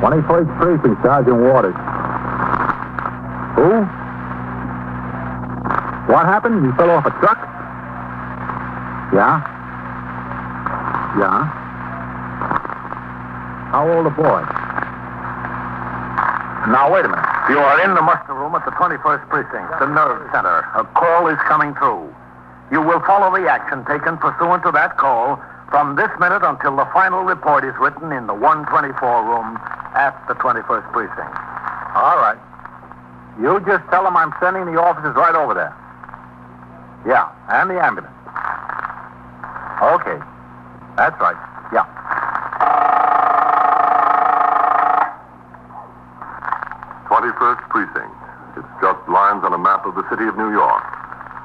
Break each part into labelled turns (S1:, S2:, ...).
S1: 21st Precinct, Sergeant Waters. Who? What happened? You fell off a truck? Yeah? Yeah? How old a boy?
S2: Now, wait a minute. You are in the muster room at the 21st Precinct, the nerve center. A call is coming through. You will follow the action taken pursuant to that call from this minute until the final report is written in the 124 room at the 21st Precinct.
S1: All right. You just tell them I'm sending the officers right over there. Yeah, and the ambulance. Okay. That's right. Yeah.
S3: Twenty-first precinct. It's just lines on a map of the city of New York.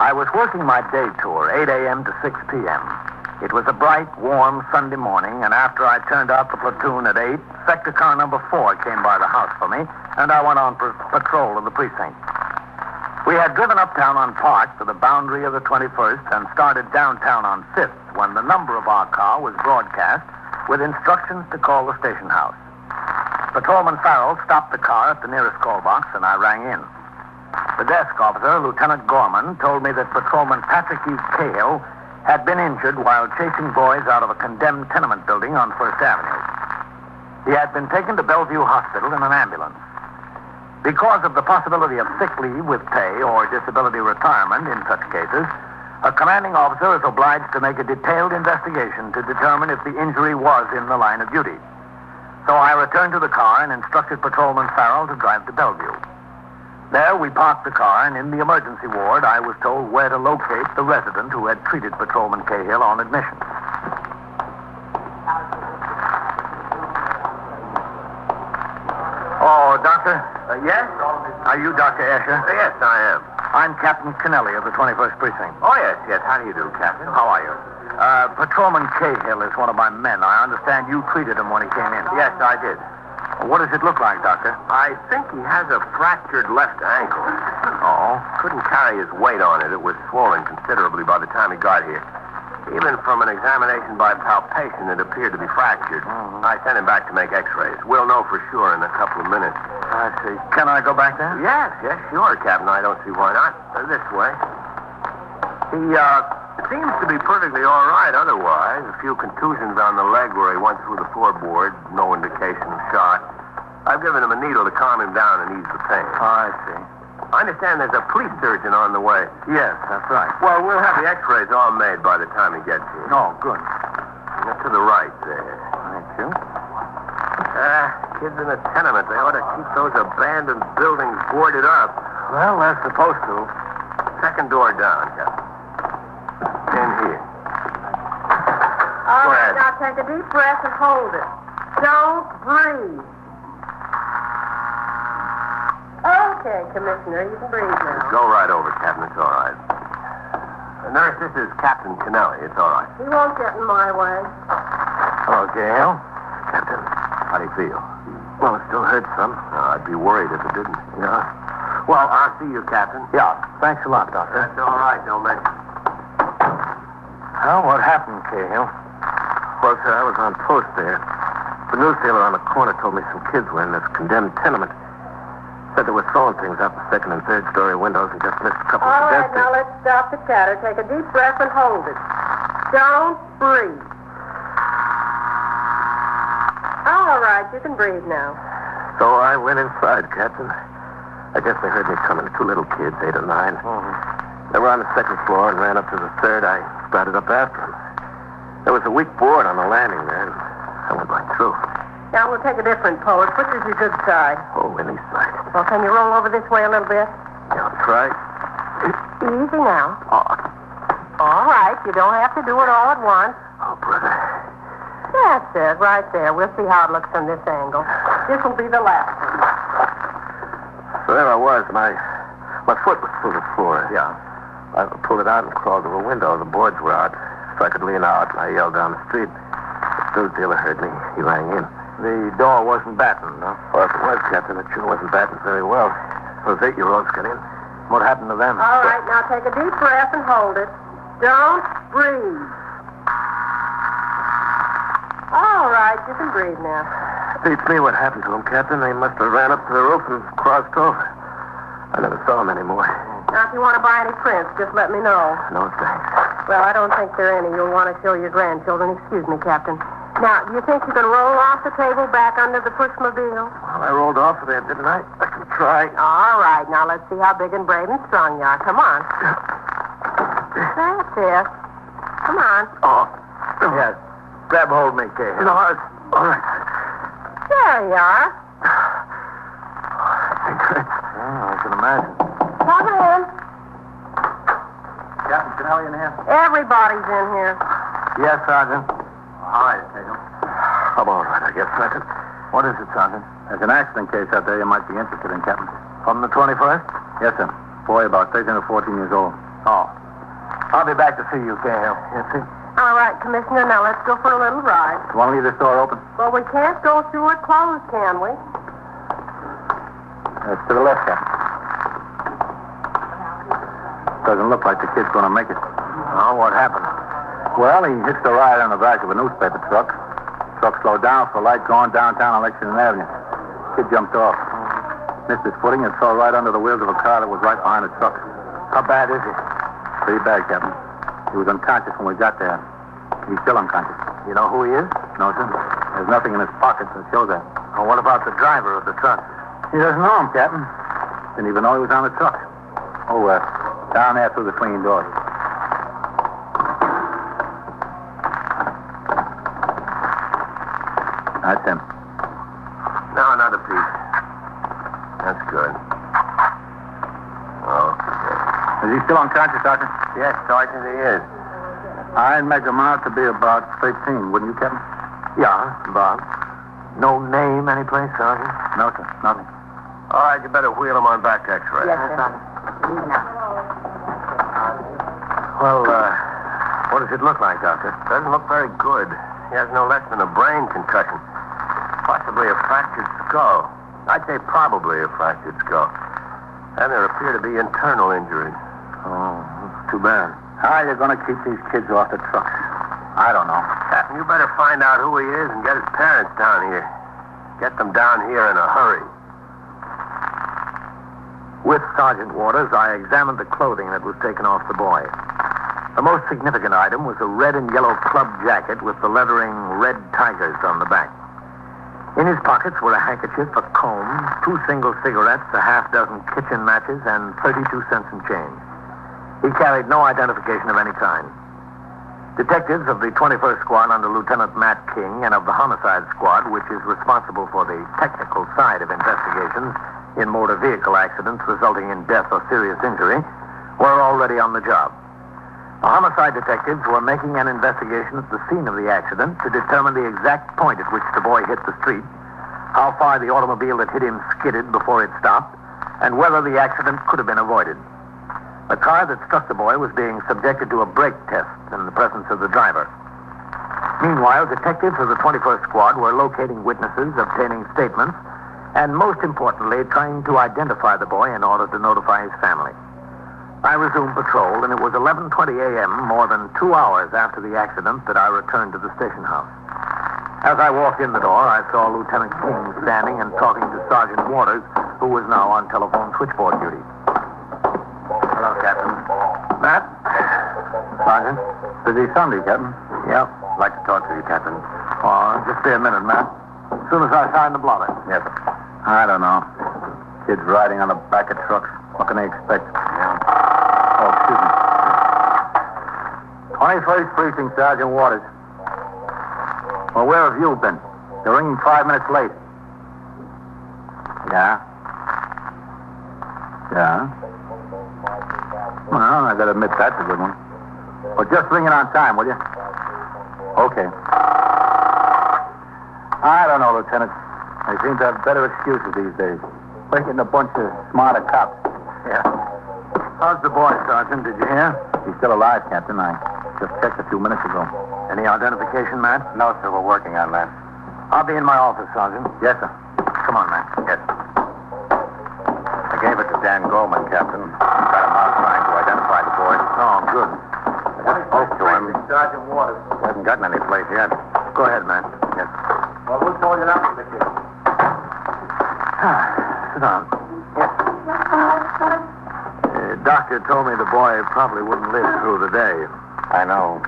S2: I was working my day tour, 8 a.m. to 6 p.m. It was a bright, warm Sunday morning, and after I turned out the platoon at 8, sector car number 4 came by the house for me, and I went on pr- patrol of the precinct. We had driven uptown on Park to the boundary of the 21st and started downtown on 5th when the number of our car was broadcast with instructions to call the station house. Patrolman Farrell stopped the car at the nearest call box and I rang in. The desk officer, Lieutenant Gorman, told me that Patrolman Patrick E. Cahill had been injured while chasing boys out of a condemned tenement building on First Avenue. He had been taken to Bellevue Hospital in an ambulance. Because of the possibility of sick leave with pay or disability retirement in such cases, a commanding officer is obliged to make a detailed investigation to determine if the injury was in the line of duty. So I returned to the car and instructed Patrolman Farrell to drive to Bellevue. There we parked the car, and in the emergency ward, I was told where to locate the resident who had treated Patrolman Cahill on admission. Oh, Doctor? yes? Are you Dr. Escher?
S4: Uh, Yes, I am.
S2: I'm Captain Kennelly of the 21st Precinct.
S4: Oh, yes, yes. How do you do, Captain?
S2: How are you? Uh, Patrolman Cahill is one of my men. I understand you treated him when he came in.
S4: Yes, I did.
S2: What does it look like, Doctor?
S4: I think he has a fractured left ankle.
S2: Oh.
S4: Couldn't carry his weight on it. It was swollen considerably by the time he got here. Even from an examination by palpation, it appeared to be fractured. I sent him back to make x-rays. We'll know for sure in a couple of minutes.
S2: I see. Can I go back there?
S4: Yes, yes, sure, Captain. I don't see why not. Uh, this way. He uh, seems to be perfectly all right otherwise. A few contusions on the leg where he went through the floorboard. No indication of shot. I've given him a needle to calm him down and ease the pain.
S2: I see.
S4: I understand there's a police surgeon on the way.
S2: Yes, that's right.
S4: Well, we'll have the x-rays all made by the time he gets here.
S2: Oh, good.
S4: To the right there.
S2: Thank you.
S4: Ah, kids in a tenement. They ought to keep those abandoned buildings boarded up.
S2: Well, they're supposed to.
S4: Second door down, Captain. In here.
S5: All
S4: Go ahead.
S5: right, now take a deep breath and hold it. Don't breathe. Okay, Commissioner, you can breathe now.
S4: Go right over, Captain. It's all right. Uh, Nurse, this is Captain Kennelly. It's all right.
S5: He won't get in my way.
S4: Hello, Gail. Captain, how do you feel? Well, it still hurts some. I'd be worried if it didn't. Yeah? Well, I'll see you, Captain.
S2: Yeah. Thanks a lot, Doctor.
S4: That's all right, no mention.
S2: Well, what happened, Cahill?
S4: Well, sir, I was on post there. The news dealer on the corner told me some kids were in this condemned tenement. Said they were throwing things out the second and third story windows and just missed a couple
S5: All
S4: of
S5: right, now
S4: pedestrians.
S5: let's stop the chatter. Take a deep breath and hold it. Don't breathe. All right, you can breathe now.
S4: So I went inside, Captain. I guess they heard me coming. Two little kids, eight or 9 They were on the second floor and ran up to the third. I started up after them. There was a weak board on the landing there, and I went right through.
S5: Now we'll take a different pose. Which is your good side?
S4: Oh, any sight.
S5: Well, can you roll over this way a little bit?
S4: Yeah, that's right.
S5: Easy now.
S4: Oh,
S5: All right, you don't have to do it all at once.
S4: oh, brother.
S5: That's it, right there. We'll see how it looks from this angle. This will be the last one.
S2: There I was. My my foot was through the floor.
S6: Yeah.
S2: I pulled it out and crawled to a window. The boards were out, so I could lean out. And I yelled down the street. The drug dealer heard me. He rang in.
S6: The door wasn't battened, huh?
S2: Well, if it was, Captain, it sure wasn't battened very well. Those eight-year-olds got in.
S6: What happened to them?
S5: All right, now take a deep breath and hold it. Don't breathe. All right, you can breathe now.
S2: Beats me what happened to them, Captain. They must have ran up to the roof and crossed over. I never saw them anymore.
S6: Oh.
S5: Now, if you want to buy any prints, just let me know.
S2: No thanks.
S5: Well, I don't think there are any you'll want to show your grandchildren. Excuse me, Captain. Now, do you think you can roll off the table back under the pushmobile?
S2: Well, I rolled off of there, didn't I? I can try.
S5: All right, now let's see how big and brave and strong you are. Come on. That's it. Come on.
S6: Oh. Yes. Grab hold of me, Cahill.
S2: No, I, all right.
S5: There you are.
S6: Yeah, I can imagine.
S5: Come in.
S6: Captain Canelli in here?
S5: Everybody's in here.
S6: Yes, Sergeant.
S7: Hi, Tatum.
S2: I'm all right, I guess, Sergeant.
S6: What is it, Sergeant?
S7: There's an accident case out there you might be interested in, Captain.
S6: From the 21st?
S7: Yes, sir. Boy, about 13 or 14 years old.
S6: Oh. I'll be back to see you, Cahill.
S2: Yes, sir.
S5: All right, Commissioner, now let's go for a little ride.
S7: You want to leave this door open?
S5: Well, we can't go through it closed, can we?
S7: It's to the left, Captain. Doesn't look like the kid's going to make it.
S6: Oh, what happened?
S7: Well, he hits the ride on the back of a newspaper truck. Truck slowed down for a light going downtown on Lexington Avenue. Kid jumped off. Missed his footing and fell right under the wheels of a car that was right behind the truck.
S6: How bad is it?
S7: Pretty bad, Captain. He was unconscious when we got there. He's still unconscious.
S6: You know who he is?
S7: No, sir. There's nothing in his pockets that shows that.
S6: Or what about the driver of the truck?
S7: He doesn't know him, Captain. Didn't even know he was on the truck. Oh, uh, down there through the swinging doors. That's him.
S2: No, not a piece. That's good. Okay.
S7: Is he still unconscious, Sergeant?
S2: Yes, Sergeant, he is.
S7: I'd make him out to be about 13, wouldn't you, Captain?
S6: Yeah, Bob. No name anyplace, Sergeant?
S7: No, sir. Nothing.
S2: All right, you better wheel him on back to X-ray.
S5: Yes, sir.
S6: Well, uh, what does it look like, Doctor?
S2: Doesn't look very good. He has no less than a brain concussion. Possibly a fractured skull. I'd say probably a fractured skull. And there appear to be internal injuries.
S6: Oh, that's too bad.
S7: How are you going to keep these kids off the trucks? I don't know.
S2: Captain, you better find out who he is and get his parents down here. Get them down here in a hurry.
S6: With Sergeant Waters, I examined the clothing that was taken off the boy. The most significant item was a red and yellow club jacket with the lettering Red Tigers on the back. In his pockets were a handkerchief, a comb, two single cigarettes, a half dozen kitchen matches, and 32 cents in change. He carried no identification of any kind. Detectives of the 21st Squad under Lieutenant Matt King and of the Homicide Squad, which is responsible for the technical side of investigations in motor vehicle accidents resulting in death or serious injury, were already on the job. The homicide detectives were making an investigation at the scene of the accident to determine the exact point at which the boy hit the street, how far the automobile that hit him skidded before it stopped, and whether the accident could have been avoided. The car that struck the boy was being subjected to a brake test in the presence of the driver. Meanwhile, detectives of the 21st Squad were locating witnesses, obtaining statements, and most importantly, trying to identify the boy in order to notify his family. I resumed patrol, and it was 11:20 a.m., more than two hours after the accident, that I returned to the station house. As I walked in the door, I saw Lieutenant King standing and talking to Sergeant Waters, who was now on telephone switchboard duty.
S7: Hello, Captain.
S6: Matt?
S7: Sergeant? Busy Sunday, Captain.
S6: Yep.
S7: I'd like to talk to you, Captain.
S6: Oh, just be a minute, Matt. As soon as I sign the blotter.
S7: Yes. I don't know. Kids riding on the back of trucks. What can they expect? Oh, excuse me. 21st Precinct, Sergeant Waters. Well, where have you been? You're ringing five minutes late. Yeah? Yeah? Well, I gotta admit that's a good one. Well, just ring it on time, will you? Okay. I don't know, Lieutenant. They seem to have better excuses these days.
S1: We're getting a bunch of smarter cops.
S6: Yeah. How's the boy, Sergeant? Did you hear?
S1: He's still alive, Captain. I just checked a few minutes ago.
S6: Any identification, Matt?
S1: No, sir. We're working on that.
S6: I'll be in my office, Sergeant.
S1: Yes, sir.
S6: Come on, Matt.
S1: Yes. I gave it to Dan Goldman, Captain. Got him out trying to identify the boy.
S6: Oh, good.
S1: I spoke to him.
S2: Sergeant Waters.
S1: Hasn't gotten any place yet.
S6: Go ahead, Matt.
S1: Yes.
S2: Well, we'll call you up with the kid.
S6: Sit down. Uh, doctor told me the boy probably wouldn't live through the day.
S1: I know.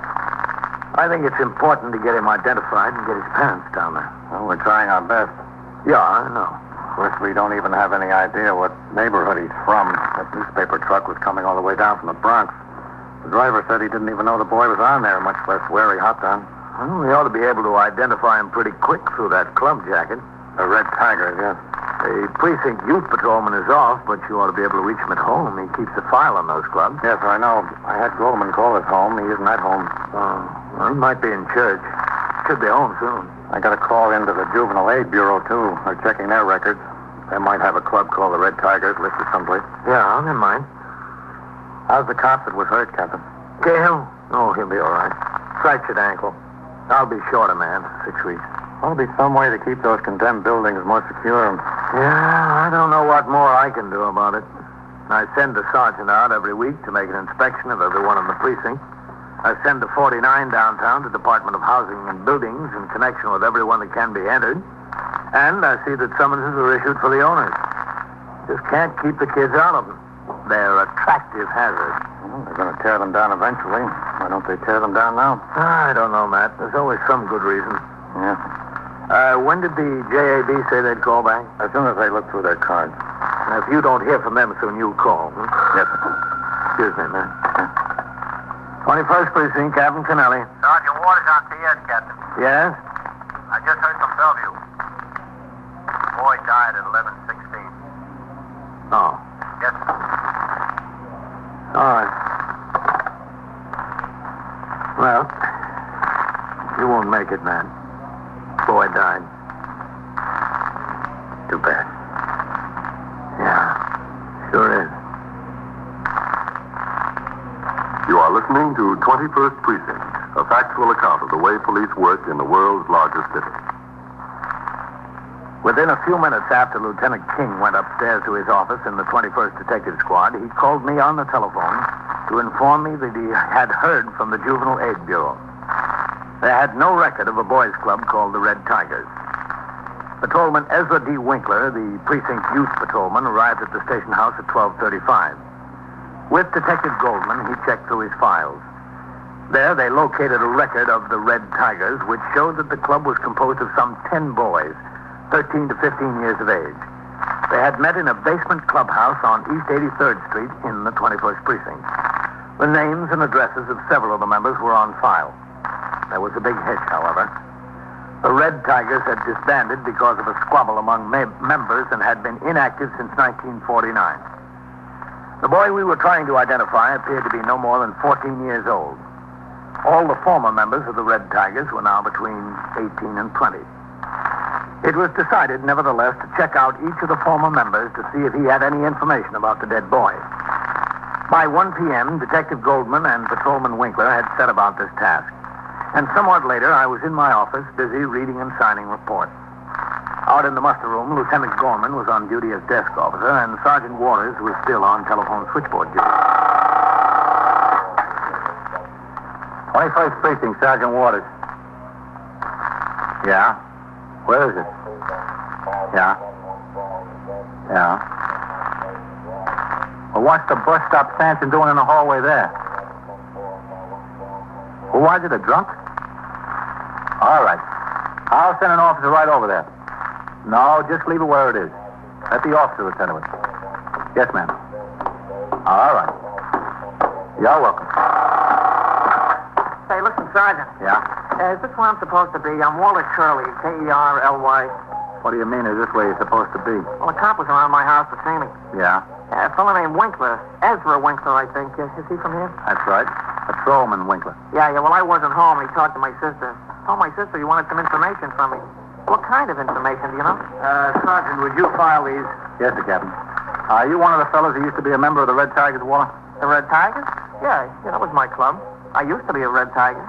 S6: I think it's important to get him identified and get his parents down there.
S1: Well, we're trying our best.
S6: Yeah, I know.
S1: Of course, we don't even have any idea what neighborhood he's from. That newspaper truck was coming all the way down from the Bronx. The driver said he didn't even know the boy was on there, much less where he hopped on.
S6: Well, we ought to be able to identify him pretty quick through that club jacket.
S1: The Red Tiger, yes.
S6: The precinct youth patrolman is off, but you ought to be able to reach him at home. He keeps a file on those clubs.
S1: Yes, I know. I had Goldman call us home. He isn't at home.
S6: Oh, well, he might be in church. Should be home soon.
S1: I got a call into the Juvenile Aid Bureau, too. They're checking their records. They might have a club called the Red Tigers listed someplace.
S6: Yeah, never mind.
S1: How's the cop that was hurt, Captain?
S6: Gail? Oh, he'll be all right. Fractured ankle. I'll be short a man. Six weeks.
S1: Ought to be some way to keep those condemned buildings more secure.
S6: Yeah, I don't know what more I can do about it. I send a sergeant out every week to make an inspection of everyone in the precinct. I send the 49 downtown to Department of Housing and Buildings in connection with everyone that can be entered. And I see that summonses are issued for the owners. Just can't keep the kids out of them. They're attractive hazards.
S1: Well, they're going to tear them down eventually. Why don't they tear them down now?
S6: I don't know, Matt. There's always some good reason.
S1: Yes.
S6: Uh, when did the JAB say they'd call back?
S1: As soon as they look through their cards.
S6: Now, if you don't hear from them soon, you call. hmm?
S1: Yes.
S6: Excuse me, man. 21st Precinct, Captain Kennelly.
S2: Sergeant Waters out to end, Captain.
S6: Yes?
S2: I just heard from Bellevue. The boy died at 11:16.
S6: Oh.
S2: Yes, sir.
S6: All right. Well, you won't make it, man. Boy died.
S1: Too bad.
S6: Yeah, sure is.
S4: You are listening to 21st Precinct, a factual account of the way police work in the world's largest city.
S6: Within a few minutes after Lieutenant King went upstairs to his office in the 21st Detective Squad, he called me on the telephone to inform me that he had heard from the Juvenile Aid Bureau. They had no record of a boys' club called the Red Tigers. Patrolman Ezra D. Winkler, the precinct youth patrolman, arrived at the station house at 1235. With Detective Goldman, he checked through his files. There, they located a record of the Red Tigers, which showed that the club was composed of some 10 boys, 13 to 15 years of age. They had met in a basement clubhouse on East 83rd Street in the 21st Precinct. The names and addresses of several of the members were on file. There was a big hitch, however. The Red Tigers had disbanded because of a squabble among mem- members and had been inactive since 1949. The boy we were trying to identify appeared to be no more than 14 years old. All the former members of the Red Tigers were now between 18 and 20. It was decided, nevertheless, to check out each of the former members to see if he had any information about the dead boy. By 1 p.m., Detective Goldman and Patrolman Winkler had set about this task. And somewhat later, I was in my office, busy reading and signing reports. Out in the muster room, Lieutenant Gorman was on duty as desk officer, and Sergeant Waters was still on telephone switchboard duty.
S1: 21st Precinct, Sergeant Waters. Yeah? Where is it? Yeah? Yeah? Well, what's the bus stop Sanson doing in the hallway there? Who was it, a drunk? All right. I'll send an officer right over there. No, just leave it where it is. Let the officer attend to it. Yes, ma'am. All right. You're welcome.
S5: Say, listen, Sergeant,
S1: Yeah?
S5: uh, is this where I'm supposed to be? I'm Wallace Shirley, E K-E-R-L-Y.
S1: What do you mean is this where you're supposed to be?
S5: Well, a cop was around my house this evening.
S1: Yeah,
S5: Uh, a fellow named Winkler, Ezra Winkler, I think. Uh, is he from here?
S1: that's right. Patrolman Winkler.
S5: Yeah, yeah, well, I wasn't home. He talked to my sister. Told my sister you wanted some information from me. What kind of information, do you know?
S2: Uh, Sergeant, would you file these?
S1: Yes, sir, Captain. Are you one of the fellows who used to be a member of the Red Tigers, Waller?
S5: The Red Tigers? Yeah, yeah, that was my club. I used to be a Red Tiger.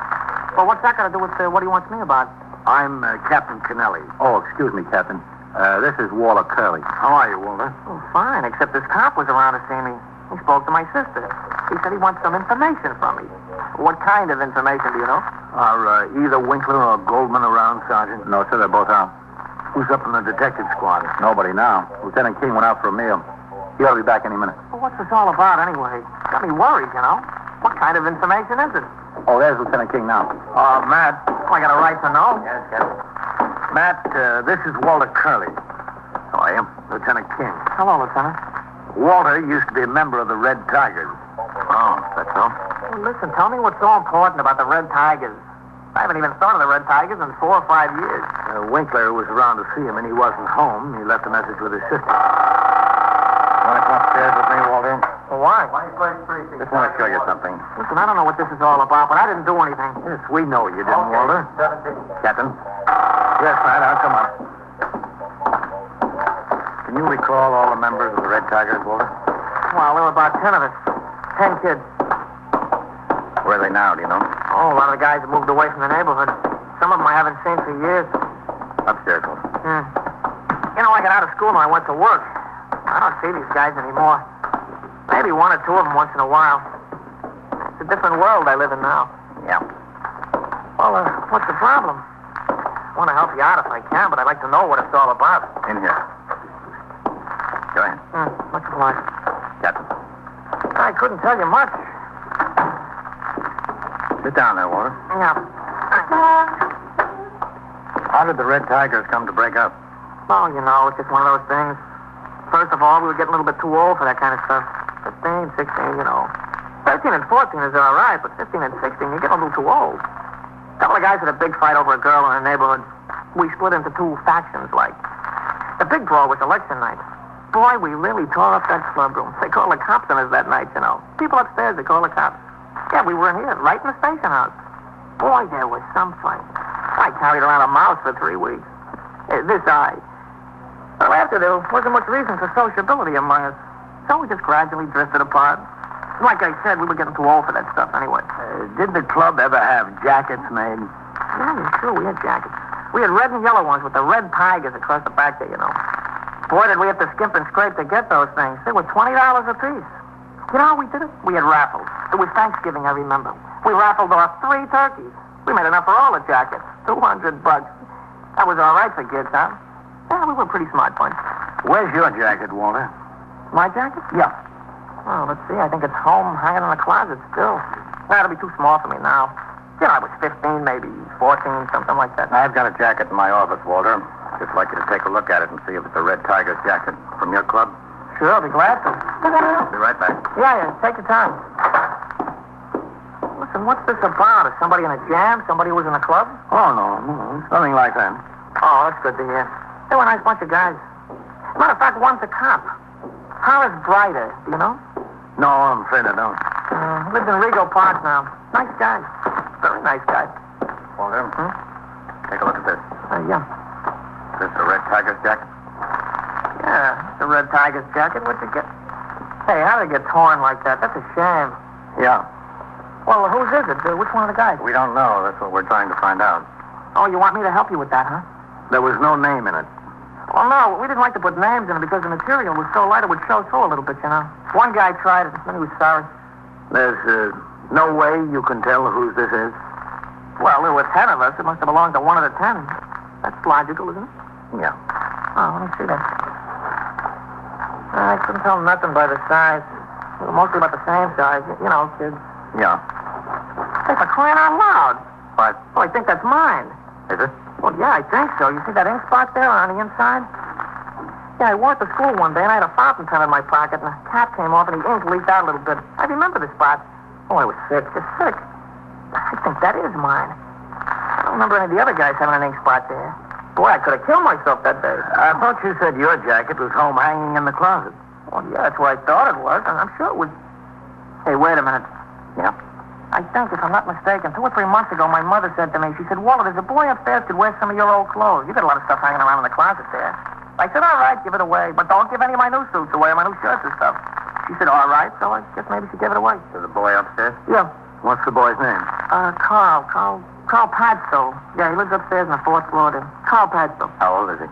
S5: Well, what's that got to do with uh, what he wants me about?
S6: I'm uh, Captain Kennelly.
S1: Oh, excuse me, Captain. Uh, this is Waller Curley.
S6: How are you, Walter?
S5: Oh, fine, except this cop was around to see me. He spoke to my sister. He said he wants some information from me. What kind of information, do you know?
S6: Are uh, either Winkler or Goldman around, Sergeant?
S1: No, sir, they're both out.
S6: Who's up in the detective squad?
S1: Nobody now. Lieutenant King went out for a meal. He ought to be back any minute.
S5: Well, what's this all about, anyway? Got me worried, you know. What kind of information is it?
S1: Oh, there's Lieutenant King now.
S6: Uh, Matt.
S5: I got a right to know. Yes, Captain.
S6: Matt, uh, this is Walter Curley. How are you? Oh, Lieutenant King.
S5: Hello, Lieutenant.
S6: Walter used to be a member of the Red Tigers.
S2: Oh, that's all.
S5: Well, listen, tell me what's so important about the Red Tigers. I haven't even thought of the Red Tigers in four or five years.
S6: Uh, Winkler was around to see him, and he wasn't home. He left a message with his sister.
S1: Want to come upstairs with me, Walter?
S5: Well, why?
S1: Just want to show you something.
S5: Listen, I don't know what this is all about, but I didn't do anything.
S6: Yes, we know you didn't, Walter.
S1: Captain?
S6: Yes, Matt, I'll come up.
S1: Can you recall all the members of the Red Tigers, Walter?
S5: Well, there were about ten of us. Ten kids.
S1: Where are they now, do you know?
S5: Oh, a lot of the guys have moved away from the neighborhood. Some of them I haven't seen for years.
S1: Upstairs, Walter.
S5: Hmm. You know, I got out of school and I went to work. I don't see these guys anymore. Maybe one or two of them once in a while. It's a different world I live in now.
S1: Yeah.
S5: Well, uh, what's the problem? I want to help you out if I can, but I'd like to know what it's all about.
S1: In here. Go ahead,
S5: Hmm, much obliged.
S1: Captain.
S5: I couldn't tell you much.
S1: Sit down there, Walter.
S5: Yeah.
S1: How did the Red Tigers come to break up?
S5: Well, you know, it's just one of those things. First of all, we were getting a little bit too old for that kind of stuff. 15, 16, you know. 13 and 14 is all right, but 15 and 16, you get a little too old. A couple of guys had a big fight over a girl in the neighborhood. We split into two factions, like. The big brawl was election night. Boy, we really tore up that clubroom. They called the cops on us that night, you know. People upstairs, they called the cops. Yeah, we were in here, right in the station house. Boy, there was some fight. I carried around a mouse for three weeks. Eh, This eye. Well, after there wasn't much reason for sociability among us, so we just gradually drifted apart. Like I said, we were getting too old for that stuff anyway.
S6: Uh, did the club ever have jackets made?
S5: Yeah, Oh, sure, we had jackets. We had red and yellow ones with the red tigers across the back there, you know. Boy, did we have to skimp and scrape to get those things. They were $20 apiece. You know how we did it? We had raffles. It was Thanksgiving, I remember. We raffled off three turkeys. We made enough for all the jackets. 200 bucks. That was all right for kids, huh? Yeah, we were a pretty smart bunch.
S6: Where's your jacket, Walter?
S5: My jacket?
S6: Yeah.
S5: Oh, let's see. I think it's home, hanging in the closet still. That'll be too small for me now. You know, I was 15, maybe 14, something like that.
S1: I've got a jacket in my office, Walter. Just like you to take a look at it and see if it's a Red Tigers jacket from your club.
S5: Sure, I'll be glad to.
S1: Be right back.
S5: Yeah, yeah, take your time. Listen, what's this about? Is somebody in a jam? Somebody who was in a club?
S6: Oh, no, no. Nothing like that.
S5: Oh, that's good to hear. They were a nice bunch of guys. Matter of fact, one's a cop. Horace Brighter, do you know?
S6: No, I'm afraid I don't.
S5: Uh, lives in Rego Park now. Nice guy. Very nice guy.
S1: Walter,
S6: Hmm?
S1: take a look at this.
S5: Uh, yeah.
S1: Is this a Red Tigers jacket?
S5: Yeah, it's a Red Tiger's jacket. What'd you get? Hey, how did it get torn like that? That's a shame.
S1: Yeah.
S5: Well, whose is it? Uh, which one of the guys?
S1: We don't know. That's what we're trying to find out.
S5: Oh, you want me to help you with that, huh?
S6: There was no name in it.
S5: Well, no, we didn't like to put names in it because the material was so light it would show through a little bit, you know. One guy tried it, then he was sorry.
S6: There's uh, no way you can tell whose this is.
S5: Well, there were ten of us. It must have belonged to one of the ten. That's logical, isn't it?
S1: Yeah.
S5: Oh, let me see that. I couldn't tell nothing by the size. They were mostly about the same size, y- you know, kids.
S1: Yeah.
S5: Hey, for crying out loud.
S1: What?
S5: Oh, I think that's mine.
S1: Is it?
S5: Well, yeah, I think so. You see that ink spot there on the inside? Yeah, I wore it to school one day, and I had a fountain pen in my pocket, and the cap came off, and the ink leaked out a little bit. I remember the spot. Oh, I was sick, just sick. I think that is mine. I don't remember any of the other guys having an ink spot there. Boy, I could have killed myself that day.
S6: I thought you said your jacket was home hanging in the closet.
S5: Well, yeah, that's what I thought it was, and I'm sure it was. Hey, wait a minute.
S1: Yeah.
S5: I think, if I'm not mistaken, two or three months ago, my mother said to me, she said, Walter, there's a boy upstairs could wear some of your old clothes. You got a lot of stuff hanging around in the closet there. I said, all right, give it away, but don't give any of my new suits away, my new shirts and stuff. She said, all right, so I guess maybe she gave it away.
S2: To the boy upstairs?
S5: Yeah.
S6: What's the boy's name?
S5: Uh, Carl, Carl, Carl Padstow. Yeah, he lives upstairs on the fourth floor there. Carl Padstow.
S2: How old is he?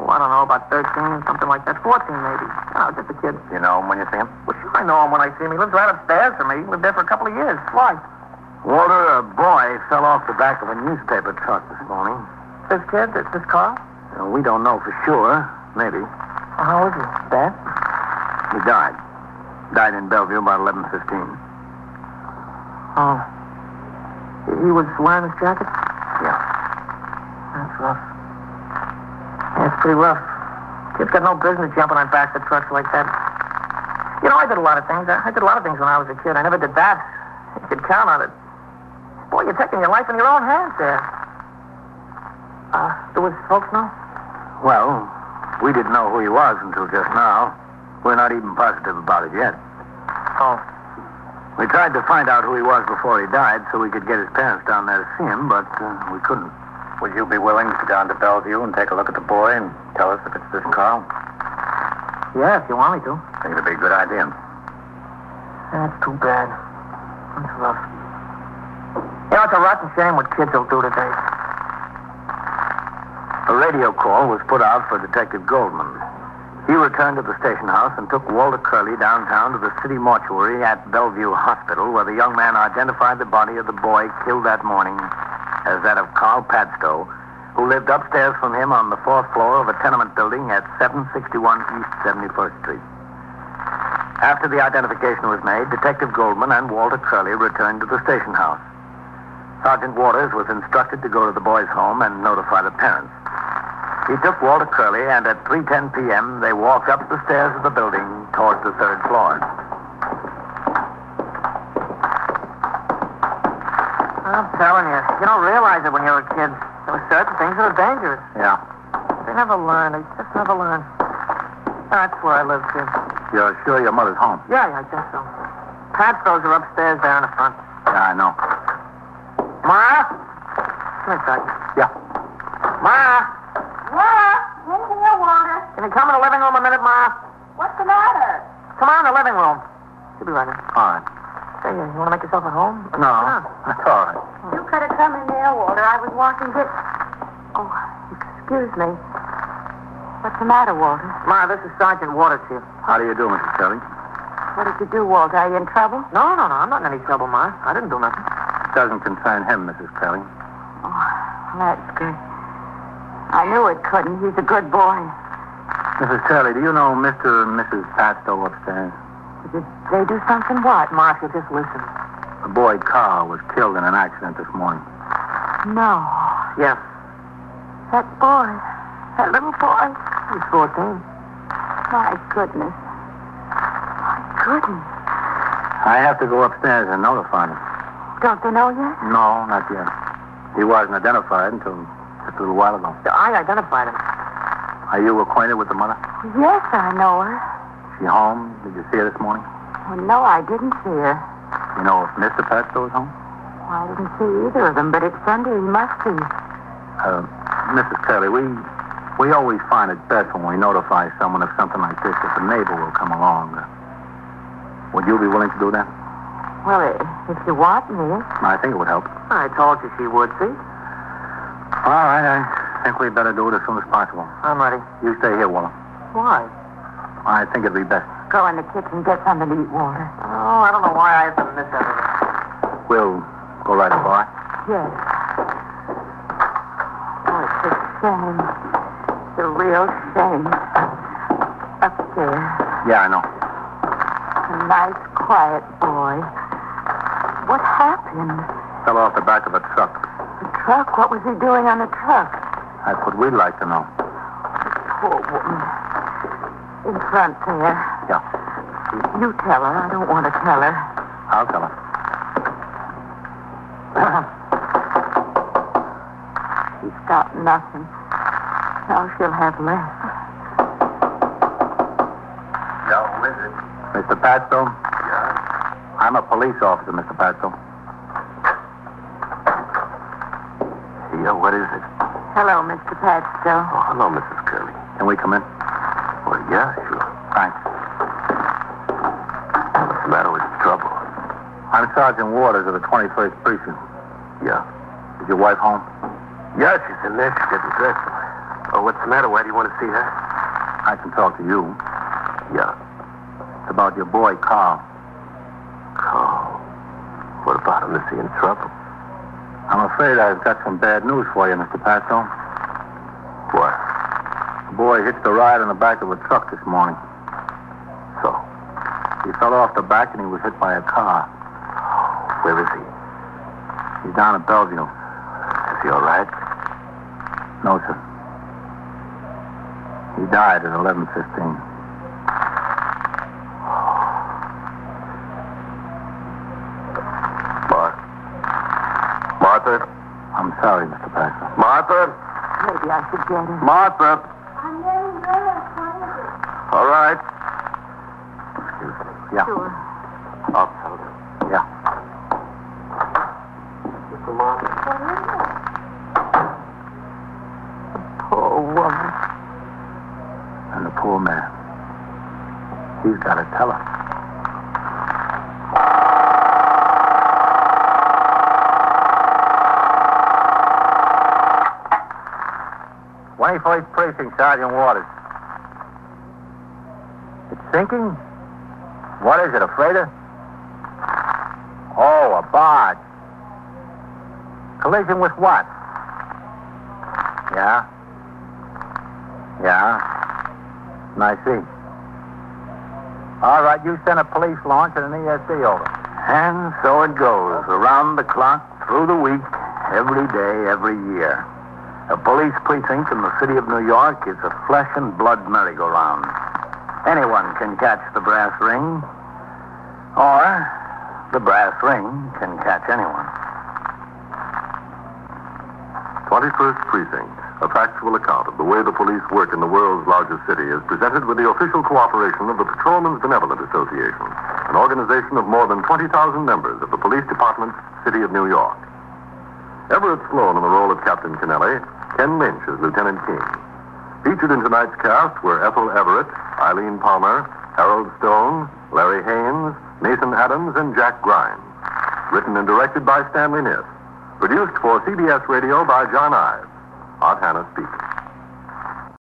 S5: Oh, I don't know, about 13, something like that. 14, maybe. Oh, just a kid.
S2: You know him when you see him?
S5: Well, sure I know him when I see him. He lives right upstairs from me. He lived there for a couple of years. Why?
S6: Walter, a boy fell off the back of a newspaper truck this morning.
S5: This kid, this, this Carl?
S6: Uh, we don't know for sure. Maybe.
S5: How is he? Bad?
S6: He died. Died in Bellevue about 11.15.
S5: Oh. He was wearing his jacket?
S6: Yeah.
S5: That's rough. Yeah, it's pretty rough. Kid's got no business jumping on back of trucks like that. You know, I did a lot of things. I, I did a lot of things when I was a kid. I never did that. You could count on it. Boy, you're taking your life in your own hands there. Uh, do his folks know?
S6: Well, we didn't know who he was until just now. We're not even positive about it yet.
S5: Oh.
S6: We tried to find out who he was before he died so we could get his parents down there to see him, but uh, we couldn't.
S1: Would you be willing to go down to Bellevue and take a look at the boy and tell us if it's this Carl?
S5: Yeah, if you want me to.
S1: I think it'd be a good idea.
S5: That's too bad. That's rough. You know, it's a rotten shame what kids will do today.
S6: A radio call was put out for Detective Goldman. He returned to the station house and took Walter Curley downtown to the city mortuary at Bellevue Hospital, where the young man identified the body of the boy killed that morning as that of Carl Padstow, who lived upstairs from him on the fourth floor of a tenement building at 761 East 71st Street. After the identification was made, Detective Goldman and Walter Curley returned to the station house. Sergeant Waters was instructed to go to the boy's home and notify the parents. He took Walter Curley, and at 3.10 p.m., they walked up the stairs of the building towards the third floor.
S5: I'm telling you, you don't realize it when you're a kid. There are certain things that are dangerous.
S6: Yeah.
S5: They never learn. They just never learn. That's where I live, kid.
S1: You're sure your mother's home?
S5: Yeah, yeah, I guess so. Padstows are upstairs there in the front.
S1: Yeah, I know.
S5: Ma? Come here, Sergeant.
S1: Yeah.
S5: Ma?
S8: Yeah, in here, Walter.
S5: Can you come in the living room a minute, Ma?
S8: What's the matter?
S5: Come on in the living room. She'll be right in.
S1: All right.
S5: Say, you want to make yourself at home?
S1: No. That's all right.
S8: You could have come in there, Walter. I was walking this.
S5: Oh, excuse me.
S8: What's the matter, Walter?
S5: Ma, this is Sergeant Waters here.
S1: How do you do, Mrs. Curley?
S8: What did you do, Walter? Are you in trouble?
S5: No, no, no, I'm not in any trouble, Ma. I didn't do nothing.
S1: Doesn't concern him, Mrs. Curley.
S8: Oh, that's good. I knew it couldn't. He's a good boy.
S1: Mrs. Curley, do you know Mr. and Mrs. Padstow upstairs?
S8: Did they do something? What?
S5: Ma, if you just listen.
S1: The boy Carl was killed in an accident this morning.
S8: No.
S5: Yes.
S8: That boy. That little boy.
S5: He's 14.
S8: My goodness. My goodness.
S1: I have to go upstairs and notify him.
S8: Don't they know yet?
S1: No, not yet. He wasn't identified until just a little while ago.
S5: I identified him.
S1: Are you acquainted with the mother?
S8: Yes, I know her.
S1: She home? Did you see her this morning?
S8: Well, no, I didn't see her.
S1: You know if Mr. Padstow is home?
S8: I didn't see either of them, but it's Sunday. He must be.
S1: Uh, Mrs. Curley, we we always find it best when we notify someone of something like this that the neighbor will come along. Uh, Would you be willing to do that?
S8: Well, i- if you want me.
S1: I think it would help.
S5: I told you she would, see?
S1: All right, I think we better do it as soon as possible.
S5: I'm ready.
S1: You stay here, Waller.
S5: Why?
S1: I think it'd be best.
S8: Go in the kitchen, get something to eat, Walter.
S5: Oh, I don't know why I have to miss everything.
S1: We'll go right by.
S8: Yes. Oh, it's a shame. It's a real shame. Up there,
S1: Yeah, I know.
S8: a nice, quiet boy. What happened?
S1: Fell off the back of a truck.
S8: The truck? What was he doing on the truck?
S1: That's what we'd like to know.
S8: Poor woman. In front there.
S1: Yeah,
S8: You tell her. I don't want to tell her.
S1: I'll tell her.
S8: She's got nothing. Now she'll have less.
S2: No, is it?
S1: Mr. Padstow,
S2: Yeah.
S1: I'm a police officer, Mr. Padstow.
S9: What is it?
S8: Hello, Mr. Padstow.
S9: Oh, hello, Mrs. Curley.
S6: Can we come in?
S9: Well, yeah, sure.
S6: Thanks.
S9: What's the matter with the trouble?
S6: I'm Sergeant Waters of the 21st Precinct.
S9: Yeah.
S6: Is your wife home?
S9: Yeah, she's in there. She's getting dressed. Oh, what's the matter? Why do you want to see her?
S6: I can talk to you.
S9: Yeah.
S6: It's about your boy, Carl.
S9: Carl. What about him? Is he in trouble?
S6: I'm afraid I've got some bad news for you, Mr. Passo.
S9: What?
S6: The boy hitched a ride on the back of a truck this morning.
S9: So,
S6: He fell off the back and he was hit by a car.
S9: where is he?
S6: He's down at Bellevue.
S9: Is he all right?
S6: No, sir. He died at 11.15.
S9: Mar- Martha?
S6: I'm sorry, Mr. Passo.
S9: Martha?
S8: Maybe I should get him.
S9: Martha? All right.
S6: Yeah.
S8: Sure.
S9: I'll tell them.
S6: Yeah.
S9: Mr. Martha?
S8: Poor woman.
S6: And the poor man. He's got to tell her. Twenty-first precinct, Sergeant Waters. It's sinking. What is it? A freighter? Oh, a barge. Collision with what? Yeah. Yeah. And I see. All right, you send a police launch and an ESD over.
S10: And so it goes, around the clock, through the week, every day, every year. A police precinct in the city of New York is a flesh and blood merry-go-round. Anyone can catch the brass ring, or the brass ring can catch anyone.
S4: 21st Precinct, a factual account of the way the police work in the world's largest city, is presented with the official cooperation of the Patrolmen's Benevolent Association, an organization of more than 20,000 members of the Police Department's City of New York. Everett Sloan in the role of Captain Kennelly, Ken Lynch as Lieutenant King. Featured in tonight's cast were Ethel Everett, Eileen Palmer, Harold Stone, Larry Haynes, Nathan Adams, and Jack Grimes. Written and directed by Stanley Niss. Produced for CBS Radio by John Ives. Art Hannah speaking.